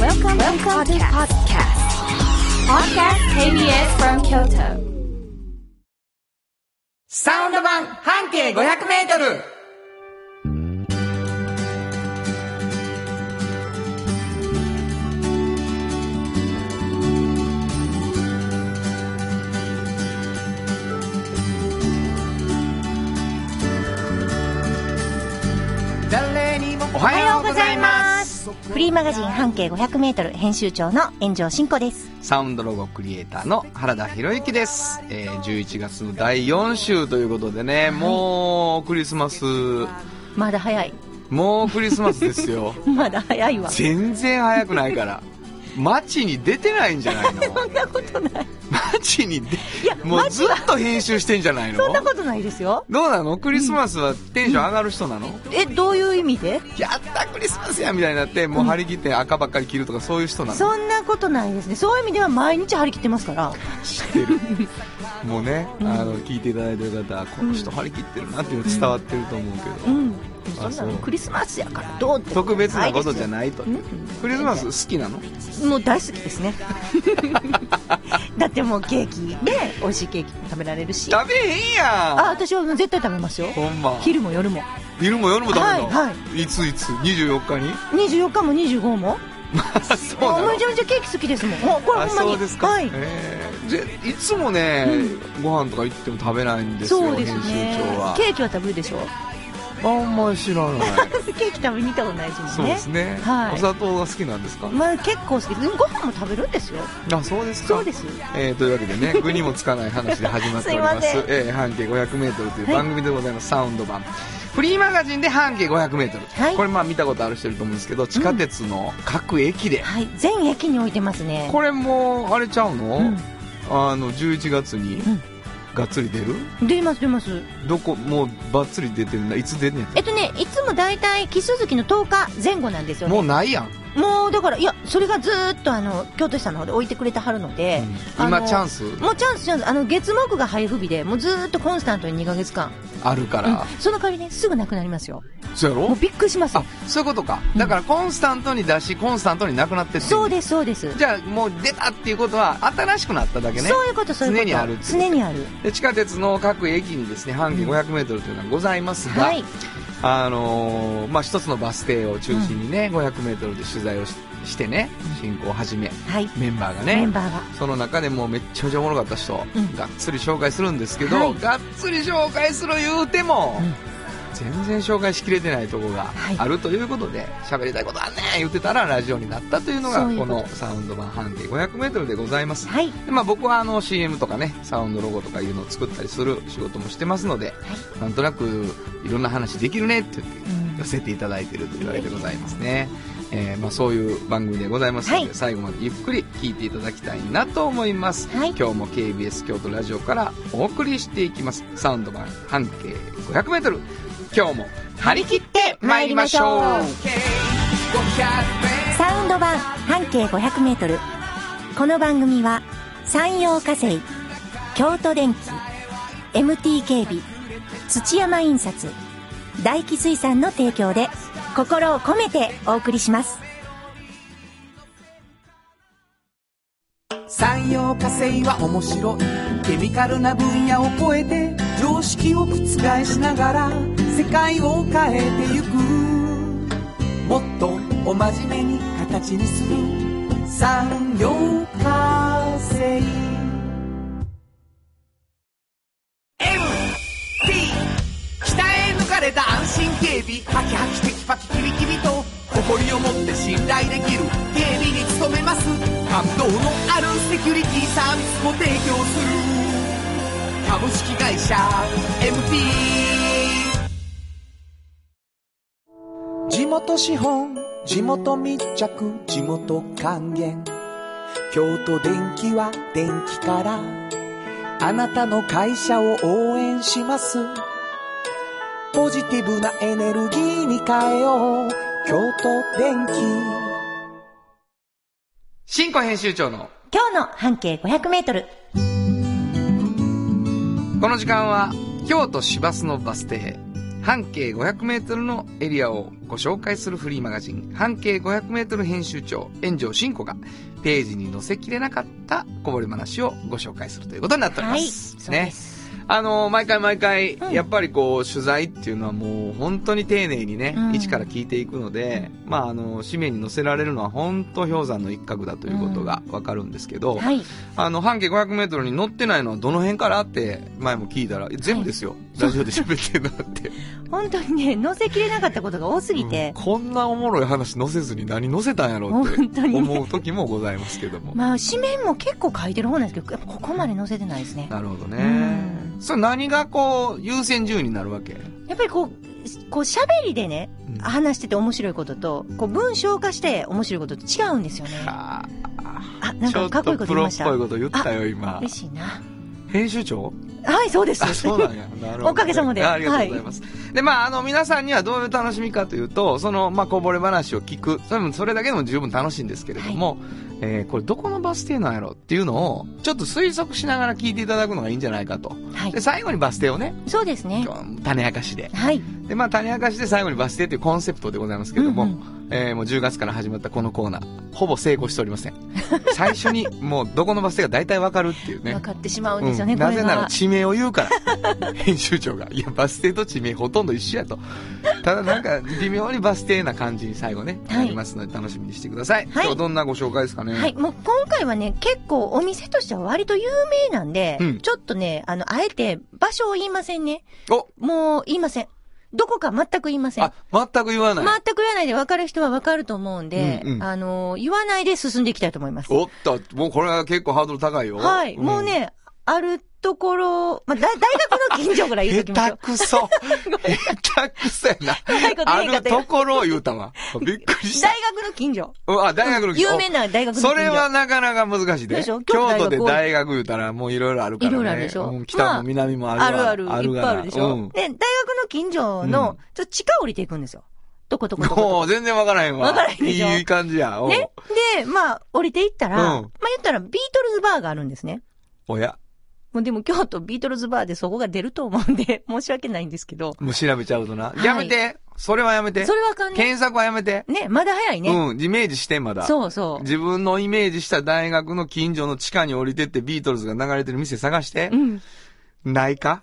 Welcome, to the podcast. Podcast KBS from Kyoto. サウンド版半径500メートル誰にもおおはようございますフリーマガジン半径 500m 編集長の炎上真子ですサウンドロゴクリエイターの原田博之です、えー、11月の第4週ということでね、もうクリスマスまだ早い もうクリスマスですよまだ早いわ全然早くないから街に出てないんじゃないのそんなことない街にでいやもう街ずっはと編集してんじゃないのそんなことないですよどうなのクリスマスはテンション上がる人なの、えどういう意味でやったクリスマスやみたいになってもう張り切って赤ばっかり着るとかそういう人なの、そんなことないですねそういう意味では毎日張り切ってますから知ってるもうね、あの聞いていただいてる方はこの人張り切ってるなっていうの伝わってると思うけど、うんあそんなそうのクリスマスやからどうって特別なことじゃなないと、うんクリスマス好きなのいですもう大好きです ねだってもうケーキね美味しいケーキも食べられるしあ食べへんや私は絶対食べますよんほんま昼も夜も昼も夜も食べるの、、はいはいついつ24日に24日も25もあそうなのめちゃめちゃケーキ好きですもんもうこれ あほんまにそうですか、はい、えーでいつもね、ご飯とか行っても食べないんですよそうです編集ね長はケーキは食べるでしょあんまり知らないケーキ食べに行ったことないですもんねそうですね、はいお砂糖が好きなんですか、まあ結構好きですご飯も食べるんですよあそうですかそうですえーというわけで ね、具にもつかない話で始まっておりますすいまえー半径 500m というはい番組でございます、サウンド版フリーマガジンで半径 500m、はいこれまあ見たことある人いると思うんですけど地下鉄の各駅で、はい全駅に置いてますねこれもうあれちゃうの、うんあの11月にんがっつり出る、出ます出ますどこもうばっつり出てるんだいつ出んねんえっとねいつも大体奇数月の10日前後なんですよねももううないやん、だからいやそれがずーっとあの京都市さんの方で置いてくれてはるので、あの今チャンスもうチャンスチャンスあの月木が配布日でもうずーっとコンスタントに2ヶ月間、あるかうんら、、その代わりねすぐなくなりますよそうやもろうびっくりしますあそういうことかだからコンスタントに出しコンスタントになくなってってそうですそうですじゃあもう出たっていうことは新しくなっただけねそういうことそういうこと常にあるってこと常にあるで地下鉄の各駅にですね半径 500m というのがございますが、はいあのーまあ、一つのバス停を中心にね、500m で取材をししてね進行を始めはいメンバーがメねンバーがその中でもうめっちゃめちゃおもろかった人、うんがっつり紹介するんですけど、はいがっつり紹介する言うても、うん全然紹介しきれてないとこがはいあるということで喋、りたいことあんねん言ってたらラジオになったというのがそういうこことのサウンド版半径 500m でございます、はいでまあ、僕はあの CM とかねサウンドロゴとかいうのを作ったりする仕事もしてますので、なんとなくいろんな話できるねって言ってうん寄せていただいてるというわけでございますね、えーまあ、そういう番組でございますので、はい最後までゆっくり聞いていただきたいなと思います、はい今日も KBS 京都ラジオからお送りしていきますサウンド版半径 500m 今日も張り切って参りましょう参りまサウンド版半径 500m この番組は山陽火星京都電機 MT 警備土山印刷大気水産の提供で心を込めてお送りします産業化成は面白いケミカルな分野を超えて常識を覆しながら世界を変えてゆくもっとお真面目に形にする産業化成 MT 鍛え抜かれた安心警備ハキハキテキパキキビキビと誇りを持って信頼できる警備に努めます感動のあるセキュリティサービスも提供する株式会社 MT 地元資本地元密着地元還元京都電気は電気からあなたの会社を応援しますポジティブなエネルギーに変えよう京都電気新庫編集長の今日の半径 500m この時間は京都市バスのバス停半径500メートルのエリアをご紹介するフリーマガジン、半径500メートル編集長、炎上真子が、ページに載せきれなかったこぼれ話をご紹介するということになっておりまはい。す。そうです。あのー毎回毎回、うんやっぱりこう、取材っていうのはもう本当に丁寧にね、うん一から聞いていくので、まあ、あのー、紙面に載せられるのは本当氷山の一角だということがわかるんですけど、はい。あの、半径500メートルに載ってないのはどの辺からって前も聞いたら、全部ですよ。ラジオで喋ってるのって。本当にね、載せきれなかったことが多すぎうんて、 こんなおもろい話載せずに何載せたんやろう本って当にね思う時もございますけども。まあ、紙面も結構書いてる方なんですけど、やっぱここまで載せてないですね。なるほどうね。んそれ何がこう、優先順位になるわけやっぱりこう、こう喋りでね、うん話してて面白いことと、こう文章化して面白いことと違うんですよね。ああ、ーなんちょかっかっこいいこと言とプいロまっした。ぽいこと言ったよ、今。嬉しいな。編集長はい、そうです。あ、そうなんや。なるほど。おかげさまであありがとうございます。で、まあ、あの、皆さんにはどういう楽しみかというと、その、まあ、こぼれ話を聞く。それも、それだけでも十分楽しいんですけれども、えーこれどこのバス停なんやろっていうのを、ちょっと推測しながら聞いていただくのがいいんじゃないかと。 はいで、。最後にバス停をね、そうですね。種明かしで。はい。で、まあ、種明かしで最後にバス停というコンセプトでございますけれども、うんうんえーもう10月から始まったこのコーナー、ほぼ成功しておりません。最初に、もう、どこのバス停が大体わかるっていうね分。かってしまうんですよね、うんこなれぜならが。地名を言うから。 編集長が。いや、バス停と地名ほとんど一緒やと。ただなんか、微妙にバス停な感じに最後ね、はいなりますので楽しみにしてください。はい今日どんなご紹介ですかね。はい。もう今回はね、結構お店としては割と有名なんで、うんちょっとね、あの、あえて場所を言いませんね。おもう言いません。どこか全く言いません。あ、全く言わない。全く言わないで分かる人は分かると思うんで、うんうんあの、言わないで進んでいきたいと思います。おっと、もうこれは結構ハードル高いよ。はい。んもう。ね、あるところ、まあ、だ大学の近所ぐらい言うときま下しょ手う。くそ。下手くそや なうまいこ。とあ言えへんかるったよところを言うたわ。びっくりし た大。学の近所。うわ、大学の有名な大学の近所。 それはなかなか難しいで。でしょ京京都都で大学大学言うたらもういろいろあるから、いね。ろいろあるでしょうん北まもあ南もあるわあるある、いっぱいあるでしょ。うでん、、大学の近所の、うんちょっと地下降りていくんですよ。どことこともこう全然わからへんわ。わからへんでしょいい感じや。おと。うね。で、まあ、降りていったら、うんまあ言ったらビートルズバーがあるんですね。おや。もうでも京都ビートルズバーでそこが出ると思うんで、 申し訳ないんですけど。もう調べちゃうとな。いやめて。それはやめてそ。れはあかんね。検索はやめて。ね、まだ早いね。うん。イメージして、まだ。そうそう。自分のイメージした大学の近所の地下に降りてってビートルズが流れてる店探してう。ん。 ないか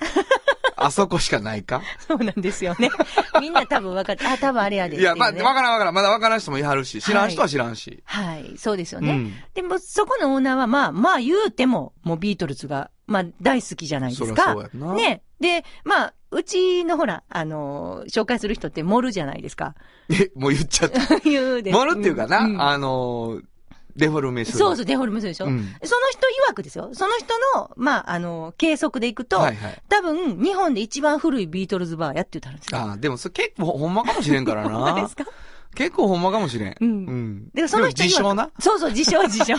あそこしかないかそうなんですよね。 みんな多分分かって、あ、多分あれやでっていいうや、ね。まあ、わからんわからん。まだわからん人もいはるし、知らん人は知らんし。はい、そうですよね。うんでも、そこのオーナーは、まあ、まあ言うても、もうビートルズが、まあ大好きじゃないですそりゃかそう。やんなね。で、まあ、うちのほら、あのー紹介する人ってモルじゃないですか。 え、もう言っちゃった。言うで。モルっていうかな、んんあのー、デフォルメする。そうそう、デフォルメするでしょ。うそんの人曰くですよ。その人の、まあ、あのー計測でいくと、はいはい。多分、日本で一番古いビートルズバーやって言ったんですよ。ああ、でもそれ結構ほんまかもしれんか ら本当でなす。か結構ほんまかもしれん。うんで、その人で曰も自く称な。そうそう、自称、自 称。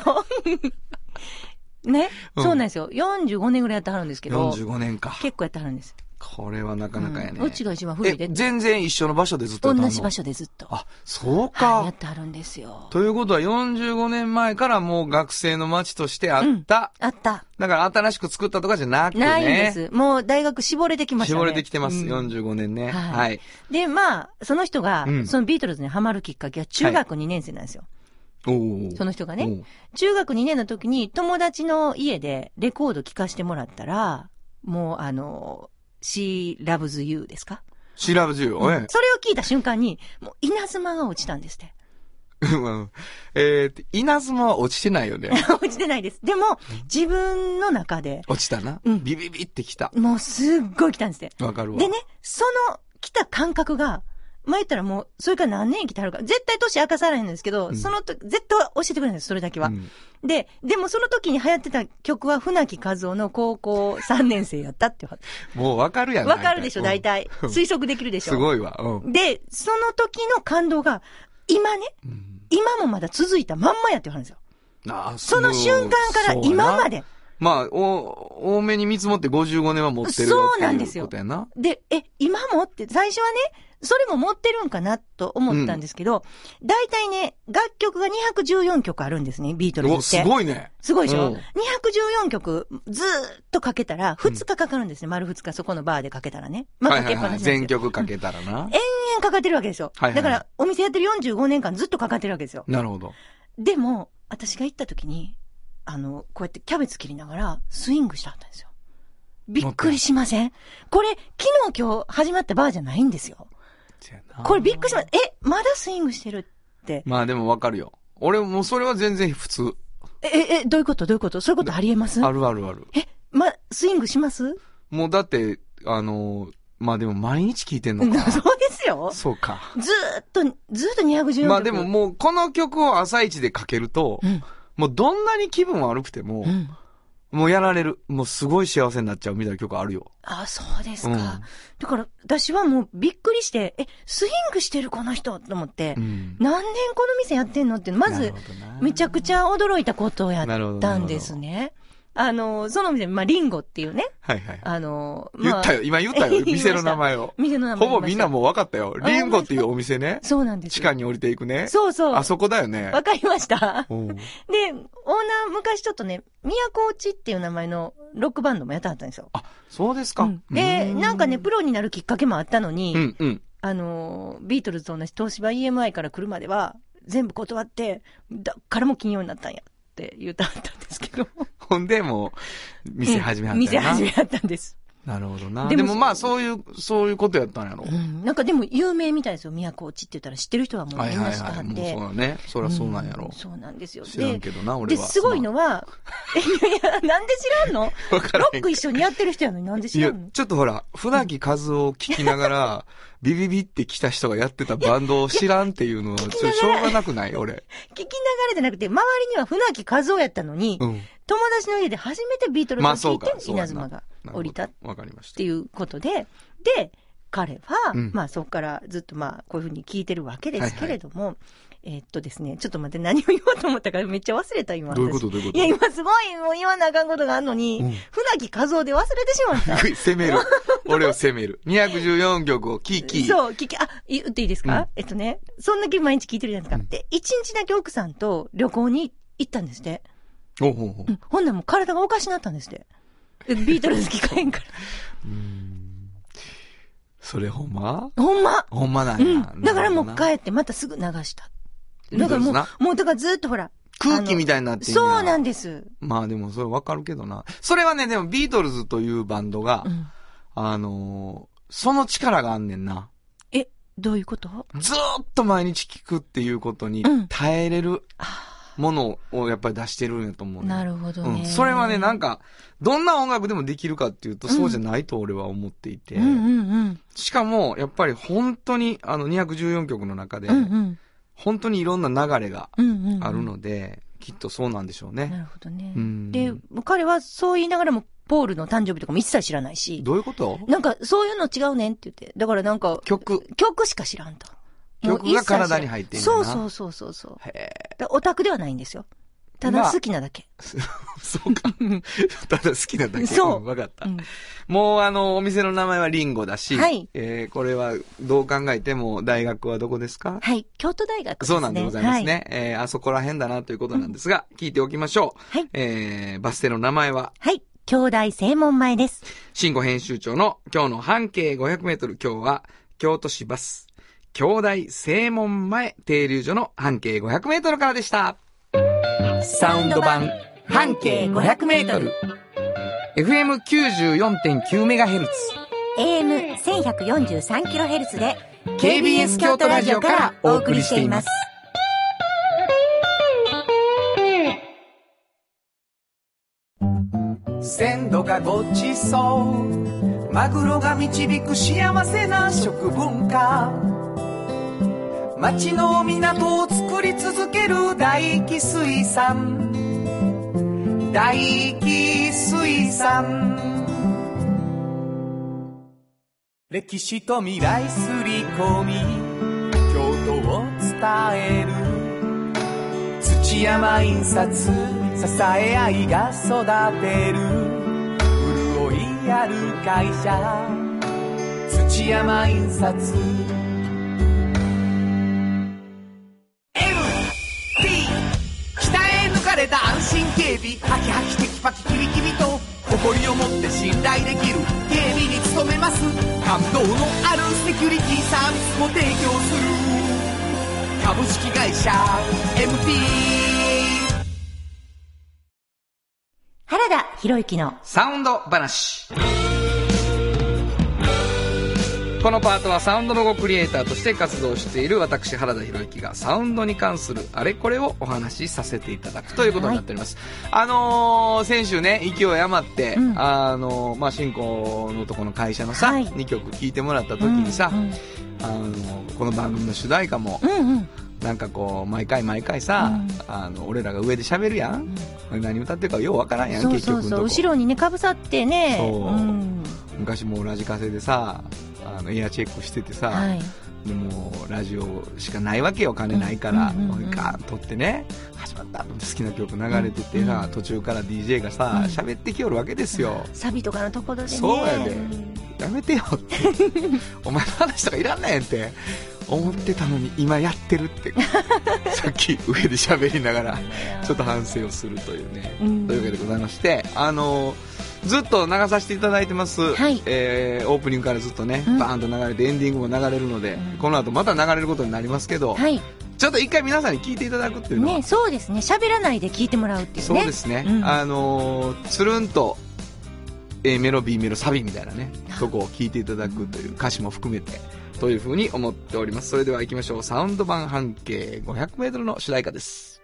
ね、うんそうなんですよ。45年ぐらいやってはるんですけど、 45年か。結構やってはるんです。これはなかなかやね。うんうちが一番古いでえ、全然一緒の場所でずっとや同ったのじ場。所でずっと。あ、そはうい、やかっ。てはるんですよ。ということは45年前からもう学生の街としてあった。あった。だから新しく作ったとかじゃなくね。ないんです。もう大学絞れてきましたね。絞れてきてます。うん45年ね。はいはい。で、まあ、その人が、うんそのビートルズにハマるきっかけは中学2年生なんですよ。おーその人がおね。ー中学2年の時に友達の家でレコード聴かしてもらったら、もうあの、She Loves You ですか調べ中よ。そえれえを聞いた瞬間に、もう稲妻が落ちたんですって。 うんえーと、稲妻は落ちてないよね。落ちてないです。でも、自分の中で、落ちたな。うんビビビってきた。もうすっごい来たんですって。わかるわ。でね、その来た感覚が、前言ったらもう、それから何年生きてはるか、絶対年明かされないんですけど、うんそのと、絶対教えてくれないんです、それだけは。うんで、でもその時に流行ってた曲は、船木和夫の高校3年生やったってわ。もうわかるやん。わかるでしょ、なん大か体。うん推測できるでしょ。すごいわ。うんで、その時の感動が、今ね、うん。今もまだ続いたまんまやって言われるんですよ。あーその瞬間から今ま。で。そうやまあ、お、多めに見積もって55年は持ってるよそうってなんいですうよことやな。で、え、今もって、最初はね、それも持ってるんかなと思ったんですけど、大体ね、楽曲が214曲あるんですね、ビートルズっお、て。すい。ごいね。すごいでしょ、うん ?214 曲ずーっとかけたら、2日かかるんですね、丸2日、そこのバーでかけたらね。まあ、はいかはけっいぱは。ないしなんです全けど。曲かけたらな。延々かかってるわけですよ。はいはだいから、お店やってる45年間ずっとかかってるわけですよ。なるほど。でも、私が行った時に、あの、こうやってキャベツ切りながらスイングしてはったんですよ。びっくりしませんこれ、昨日今日始まったバーじゃないんですよ。せやなこれびっくりしました。え、まだスイングしてるって。まあでもわかるよ。俺もそれは全然普通。え、え、えどういうことどういうことそういうことありえますあるあるある。え、ま、スイングしますもうだって、あのー、まあでも毎日聞いてんうのん か。そうですよ。そうか。ずーっと、ずーっと214曲。まあでももうこの曲を朝一でかけると、うん、もうどんなに気分悪くてもう、ん。もうやられる。もうすごい幸せになっちゃうみたいな曲あるよ。あ、そうですか。うんだから、私はもうびっくりして、え、スイングしてるこの人と思って、ん。何年この店やってんのっていうの、まなずる、ほどなめちゃくちゃ驚いたことをやっなるほどたんですね。あの、その店、まあ、リンゴっていうね、はいはい。あの、まあ、言ったよ。今言っ た言いよ。ました店の名前を。店の名前ほぼみんなも。もう分かったよ。あリンゴっていうお 店ね。そうなんです地よ下に降りていくね。そうそう。あそこだよね。わかりました。うんで、オーナー昔ちょっとね、宮古落ちっていう名前のロックバンドもやってはったんですよ。そうですか。うんで、なんかね、プロになるきっかけもあったのに、うんうん。あのー、ビートルズと同じ東芝 EMI から来るまでは、全部断って、だからもう金曜になったんやって言ったはったんですけど。ほんで、もう、店始めはったんや店な。始めはったんです。なるほどな。ででももまあ、そういう、そういうことやったんやろ。うんなんかでも有名みたいですよ、宮古落ちって言ったら知ってる人はもうはみいんなはい知っては。はいっもうて。そうだね。そりゃそうなんやろん。そうなんですよ。知らんけどな、俺で、は。すごいのは、えいやいや、なんで知らん のわからロへッんク一緒にやってる人やのになんでい知らやんの、ちょっとほら、船木和夫を聞きながら、ビビビって来た人がやってたバンドを知らんっていう のは、ちょっとしょうがなくない俺。聞きながらじゃなくて、周りには船木和夫やったのに、うん。友達の家で初めてビートルズまをあ、そ聴いうてか。、そうや稲な妻がなるほど降りたっわかりましたて。いうことで、で、彼は、うんまあそこからずっとまあこういうふうに聞いてるわけですけれども、えーっとですね、ちょっと待って何を言おうと思ったかめっちゃ忘れた今。どういうこ私とどういうこいや、今すごいもう言わなあかんことがあんのに、うん船木和夫で忘れてしまったと。ぐい 攻める。俺を攻める。214曲をキーキー。そう、聞き、あ、言っていいですか、うんえっとね、そんだけ毎日聞いてるじゃないですか。で、一日だけ奥さんと旅行に行ったんですって。おうほうほううん、ほんならもう体がおかしなったんですって。でビートルズ聞かへんから。それほんま ほんまほんまなんうやん。だからもう帰なるってまたすぐ流した。だほどなからもう、もうだからずっとほら。空気みたいになってんやそうなんです。まあでもそれわかるけどな。それはね、でもビートルズというバンドが、うん。あのーその力があんねんな。え、どういうことずーっと毎日聞くっていうことにうん耐えれるあものをやっぱり出してるんやと思う、ーね。なるほどうね、ん。それはね、なんか。か、どんな音楽でもできるかっていうと、そうじゃないと俺は思っていて。うんうんうん。しかも、やっぱり本当に、あの、214曲の中でう、んうん。本当にいろんな流れがうんうんうん。あるので、きっとそうなんでしょうね。なるほどね。うんで、彼はそう言いながらも、ポールの誕生日とかも一切知らないし、どういうことなんか、そういうの違うねんって言って。だからなんか、曲。曲しか知らんと。もう曲が体に入って一ん切ね知らんんなそうそうそうそうそう。へえ。だからオタクではないんですよ。たまだあ好きなだけ。そうか。 ただ好きなだけ。そうんわかったうん。もうあの、お店の名前はリンゴだし、はいえー、これはどう考えても大学はどこですかはい。京都大学ですね。そうなんでございますは。ね。えー、あそこら辺だなということなんですが、聞いておきましょう。はいえー、バス停の名前は、はい。兄弟正門前です。新語編集長の今日の半径500メートル、今日は京都市バス、兄弟正門前停留所の半径500メートルからでした。サウンド版半径500メートル。 FM94.9 メガヘルツ。 AM1143kHz で KBS 京都ラジオからお送りしています。鮮度がごちそうマグロが導く幸せな食文化町の港を作り続ける大気水産大気水産歴史と未来すり込み京都を伝える土山印刷支え合いが育てる潤いある会社土山印刷 MT 北へ抜かれた安心警備ハキハキテキパキキビキビと誇りを持って信頼できる警備に努めます感動のあるセキュリティサービスも提供する株式会社 MT 原田博之のサウンド話。このパートはサウンドロゴクリエイターとして活動している私原田博之がサウンドに関するあれこれをお話しさせていただくということになっております。あのー先週ね、勢い余って、うんあのーまあ、進行のとこの会社のさ、はい2曲聴いてもらった時にさ、うんあのーこの番組の主題歌も、うんうんなんかこう、毎回毎回さ、あの、俺らが上で喋るやん。何歌ってるかようわからんやん、そう結そう局んとこそう後ろにねかぶさってねそううん昔もうラジカセでさあのエアチェックしててさ、はいでもうラジオしかないわけよ金ないから、うんうんうんうんガーン撮ってね始まったと思って好きな曲流れててさ、途中から DJ がさうん喋、ってきよるわけですよ、サビとかのところでねそうやでやめてよって お前の話とかいらんないやんって思ってたのに今やってるって さっき上で喋りながらちょっと反省をするというね、うんというわけでございましてあのずっと流させていただいてます、はいえーオープニングからずっとね、うんバーンと流れてエンディングも流れるので、うんこの後また流れることになりますけど、はいちょっと一回皆さんに聞いていただくっていうのは、ねそうですね喋らないで聞いてもらうっていうねそうですね、うんあのーつるんと、A メロ B メロサビみたいなねはいとこを聞いていただくという歌詞も含めてというふうに思っておりますそれでは行きましょうサウンド版半径 500m の主題歌です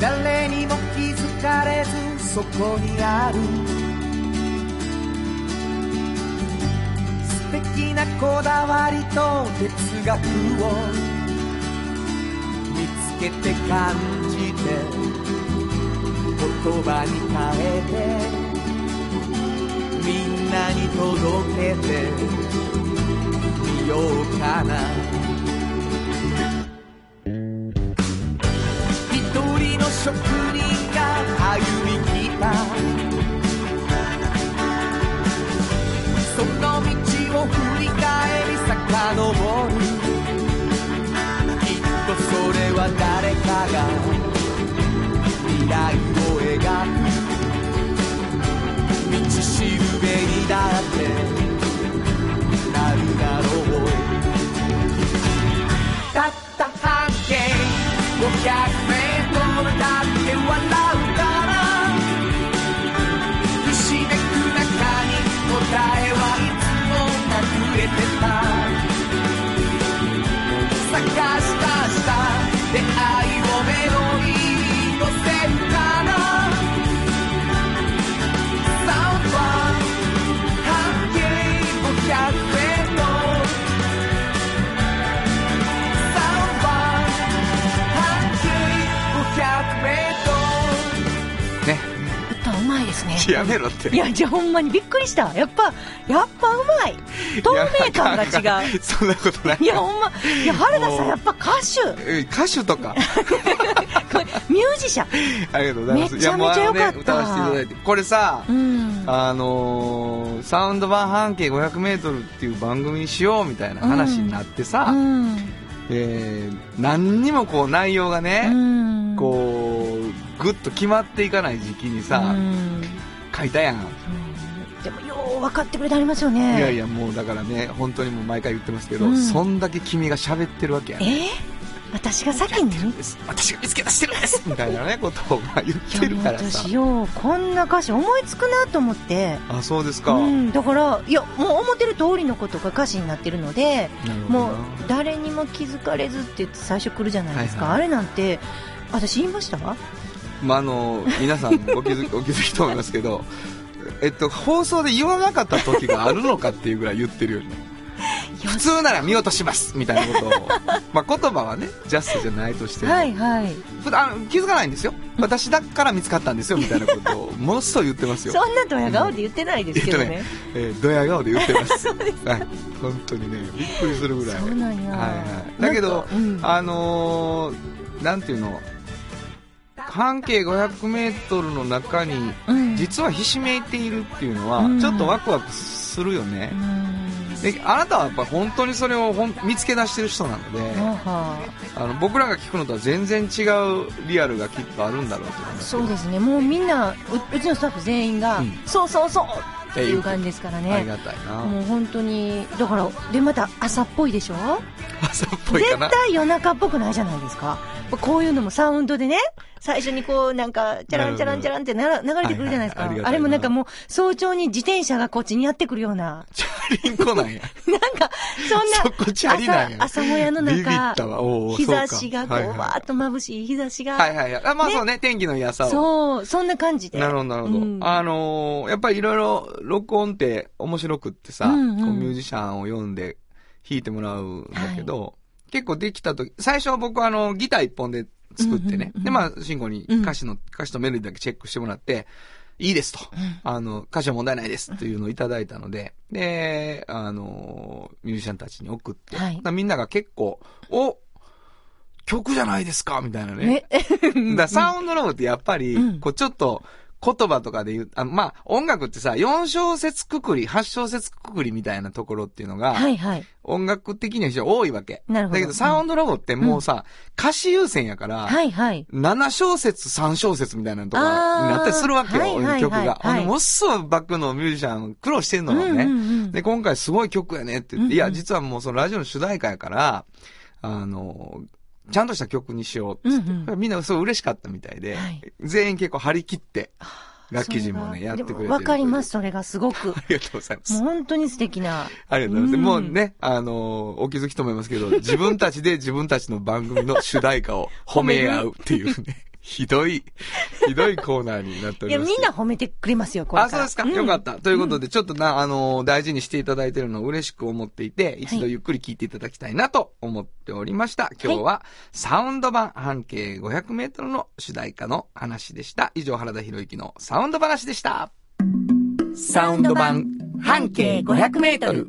誰にも気づかれずそこにある素敵なこだわりと哲学を見つけて感じて言葉に変えてみんなに届けてみようかな一人の職人が歩み来たその道を振り返り遡るきっとそれは誰かが未来を描く道しるべにだってなるだろうたった半径500メートルだって笑うからひしめく中に答えはいつも隠れてた探したした出会いをメロに乗せるからサウンドは半径500メートルね歌うまいですねやめろっていやじゃあほんまにびっくりしたやっぱやっぱうまい透明感が違ううそんなことないいやほんまいや原田さんやっぱ歌手え歌手 とかこれミュージシャンありがとうございますめちゃめちゃいやもうあのね良かった歌わせていただいてこれさ、うんあのーサウンド版半径 500m っていう番組にしようみたいな話になってさ、うんえー何にもこう内容がね、うんこうグッと決まっていかない時期にさ、うん書いたやん、でもよう分かってくれてありますよねいやいやもうだからね本当にもう毎回言ってますけど、うんそんだけ君が喋ってるわけやんえー私が先にです私が見つけ出してるんですみたいなねことをまあ言っいてやるもうからさ私ようこんな歌詞思いつくなと思ってあそうですか、うん、だからいやもう思ってる通りのことが歌詞になってるのでなるほどもうな誰にも気づかれずって言って最初来るじゃないですか、はいはあれなんて私言いましたわまあ、あの皆さんご気づきお気づきと思いますけど、 えっと、放送で言わなかった時があるのかっていうぐらい言ってるよね普通なら見落としますみたいなことを、まあ、言葉はねジャストじゃないとしても、はいはい普段あの気づかないんですよ私だから見つかったんですよみたいなことをものすごい言ってますよそんなドヤ顔で言ってないですけど言ねっ。えー、ドヤ顔で言ってますはい、本当にねびっくりするぐらいそうなんやはいはい、だけなんどか、うんあのーなんていうの半径 500m の中にうん実はひしめいているっていうのは、うんちょっとワクワクするよねう、んであなたはやっぱ本当にそれをほん見つけ出してる人なので、ははあの僕らが聞くのとは全然違うリアルがきっとあるんだろうと思いますそうですね、もうみんな、ううちのスタッフ全員が、うんそうそうそうっていう感じですからありね、がたいな、もう本当に、だから、でまた朝っぽいでしょ、朝っぽいか絶な対夜中っぽくないじゃないですか、こういうのもサウンドでね、最初にこう、なんか、チャランチャランチャランってなら流れてくるじゃないですか、はいはいありがたいなあれもなんかもう、早朝に自転車がこっちにやってくるような、チャリンコなんやなんか、そんな。 そこチャリなんや朝朝もやのビビっ中たわおうおう、日差しがこそううかはいはい、わーっと眩しい日差しが、はいはいはい。あまあそうね、天気のいい朝を。そう、そんな感じで。なるほど、なるほど。うんあのーやっぱりいろいろ録音って面白くってさ、うんうんこうミュージシャンを読んで弾いてもらうんだけど、結構できた時、最初は僕はあの、ギター一本で作っうんてね、うんうんで、まあ、慎吾に歌詞の、歌詞とメロディーだけチェックしてもらって、いいですと。あの、歌詞は問題ないですっていうのをいただいたので、で、あのーミュージシャンたちに送って、はいだからみんなが結構、お曲じゃないですかみたいなね。ね。だからサウンドロゴってやっぱりうん、こうちょっと、言葉とかで言う、あまあ、音楽ってさ、4小節くくり、8小節くくりみたいなところっていうの が、はいはい。音楽的には非常に多いわけ。なるほどだけど、サウンドロゴってもうさ、歌詞優先やから、はいはい。 7小節、3小節みたいなのとかになったりするわけよ、あーはいはい曲が。はいほんでもっそバックのミュージシャン苦労してんのよね。うんうんうんで、今回すごい曲やねって言うって、んうんいや、実はもうそのラジオの主題歌やから、あの、ちゃんとした曲にしようってって、うんうみんなすごい嬉しかったみたいで、はい全員結構張り切って、楽器人もそね、れやはってくれてでる。もわかります、。それがす ごく。ありがとうございまもうす。本当に素敵な。ありがとうございます。うんもうね、あの、お気づきと思いますけど、自分たちで自分たちの番組の主題歌を褒め合うってい うね、ひどい、ひどいコーナーになっていおりや、ます。みんな褒めてくれますよ、これあ、かそうら。ですか。んよかった。ということで、ちょっとな、あのー大事にしていただいてるのを嬉しく思っていて、一度ゆっくり聞いていただきたいなと思っておりました。今日は、サウンド版半径500メートルの主題歌の話でした。以上、原田博之のサウンド話でした。サウンド版半径500メートル。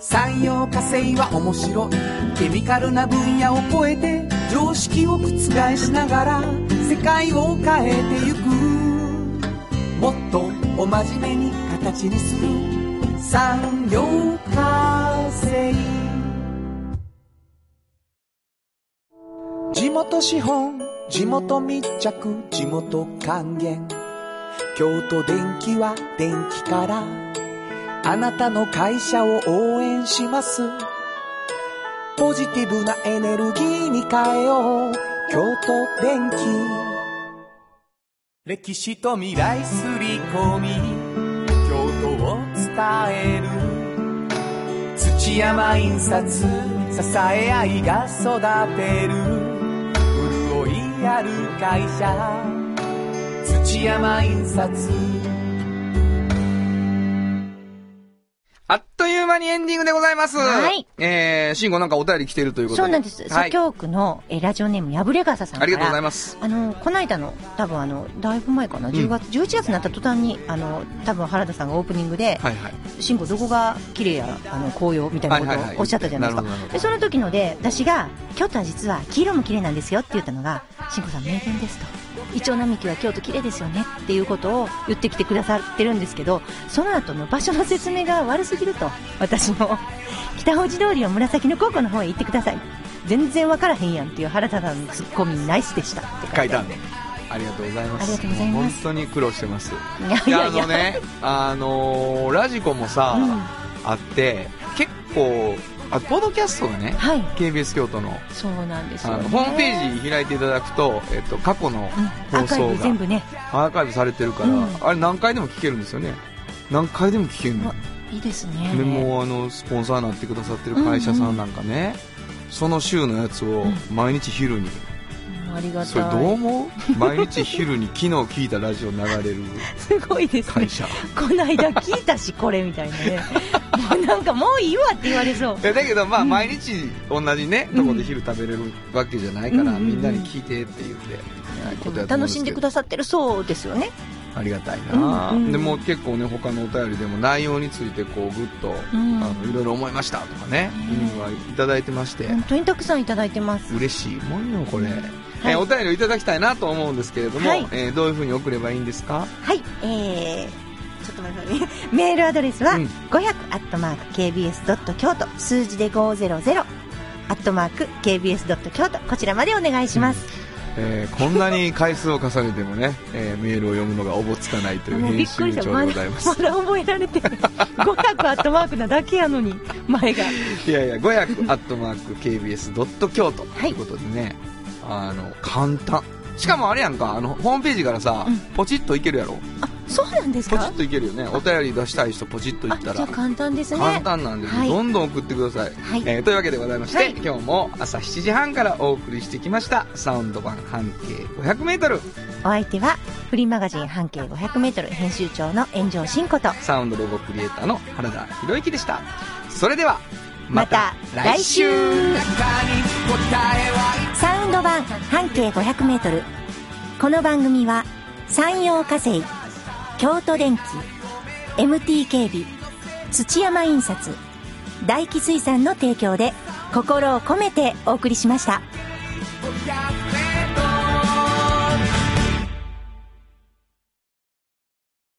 産業化成は面白いケミカルな分野を超えて常識を覆しながら世界を変えてゆくもっとお真面目に形にする産業化成地元資本地元密着地元還元京都電気は電気からあなたの会社を応援します。ポジティブなエネルギーに変えよう。京都電気。歴史と未来すり込み、京都を伝える。土山印刷、支え合いが育てる。潤いある会社、土山印刷。あっという間にエンディングでございます。はい。えー、慎吾なんかお便り来てるということで。そうなんです。は左い。京区のえーラジオネーム、やぶれ傘さんから。ありがとうございます。あの、この間の、多分あの、だいぶ前かな、10月、11月になった途端に、あの、多分原田さんがオープニングで、はいはい。慎吾どこが綺麗や、あの、紅葉みたいなことはいはいはいをおっしゃったじゃないですなるほどなるか。ほどで、その時ので、私が、京都は実は黄色も綺麗なんですよって言ったのが、慎吾さん名言ですと。イチョウ並木は京都綺麗ですよねっていうことを言ってきてくださってるんですけど、その後の場所の説明が悪すぎると、私も、北大路通りを紫の高校の方へ行ってください。全然わからへんやんっていう原田さんのツッコミナイスでしたって書書いいててああるるね。ありがとうございます。ありがとうございますもう本当に苦労してます。いやいいやあやいやのねあのーラジコもさ、うんあって結構あポッドキャストがねはい KBS 京都のそうなんですあよ、のね、ホームページ開いていただくと、えっと、過去のうん、ア放ーカイ送ブが全部ねアーカイブされてるから、うんあれ何回でも聞けるんですよね何回でも聞けるのあいいですねでもうあのスポンサーになってくださってる会社さんなんかね、その週のやつを毎日昼に、うんありがそれどたうい思う毎日昼に昨日聞いたラジオ流れるすごいですね会社 この間聞いたしこれみたいなねなんかもういいわって言われそうい やだけどまあ毎日同じね、とこで昼食べれるわけじゃないかうら、んうんうんみんなに聞いてって言って、えーことやと思う楽しんでくだださってるそうですよねさいありがたいな、うんうんでもう結構ね他のお便りでも内容についてこうぐっと、んあのいろいろ思いましたとかね、うん意味はいただいてまして、本当にたくさんいただいてます嬉しいもんよこれ、いえーお便りをいただきたいなと思うんですけれども、はいえーどういうふうに送ればいいんですかはいえーちょっと待ってくださいね メールアドレスはうん500 k b s k y o 数字で500 k b s k y o こちらまでお願いします、えーこんなに回数を重ねてもね、えーメールを読むのがおぼつかないというもうび編っく集りし長たまだまでございだます覚えられて る500アットマークなだけやのに前がいやいや500アットマーク KBS ドット京都とはいいうことでね、あの簡単しかもあれやんかあのホームページからさ、うんポチッといけるやろあそうなんですポチかッといけるよねお便り出したい人ポチッといあっじたゃあら簡単ですね簡単なんで、はいどんどん送ってください、はいえーというわけでございまして、はい今日も朝7時半からお送りしてきましたサウンド版半径 500m お相手はフリーマガジン半径 500m 編集長の炎上真子とサウンドロゴクリエイターの原田博之でしたそれではまた来週サウンド版半径 500m この番組は山陽火星京都電機 MT 警備土山印刷大気水産の提供で心を込めてお送りしました「500m」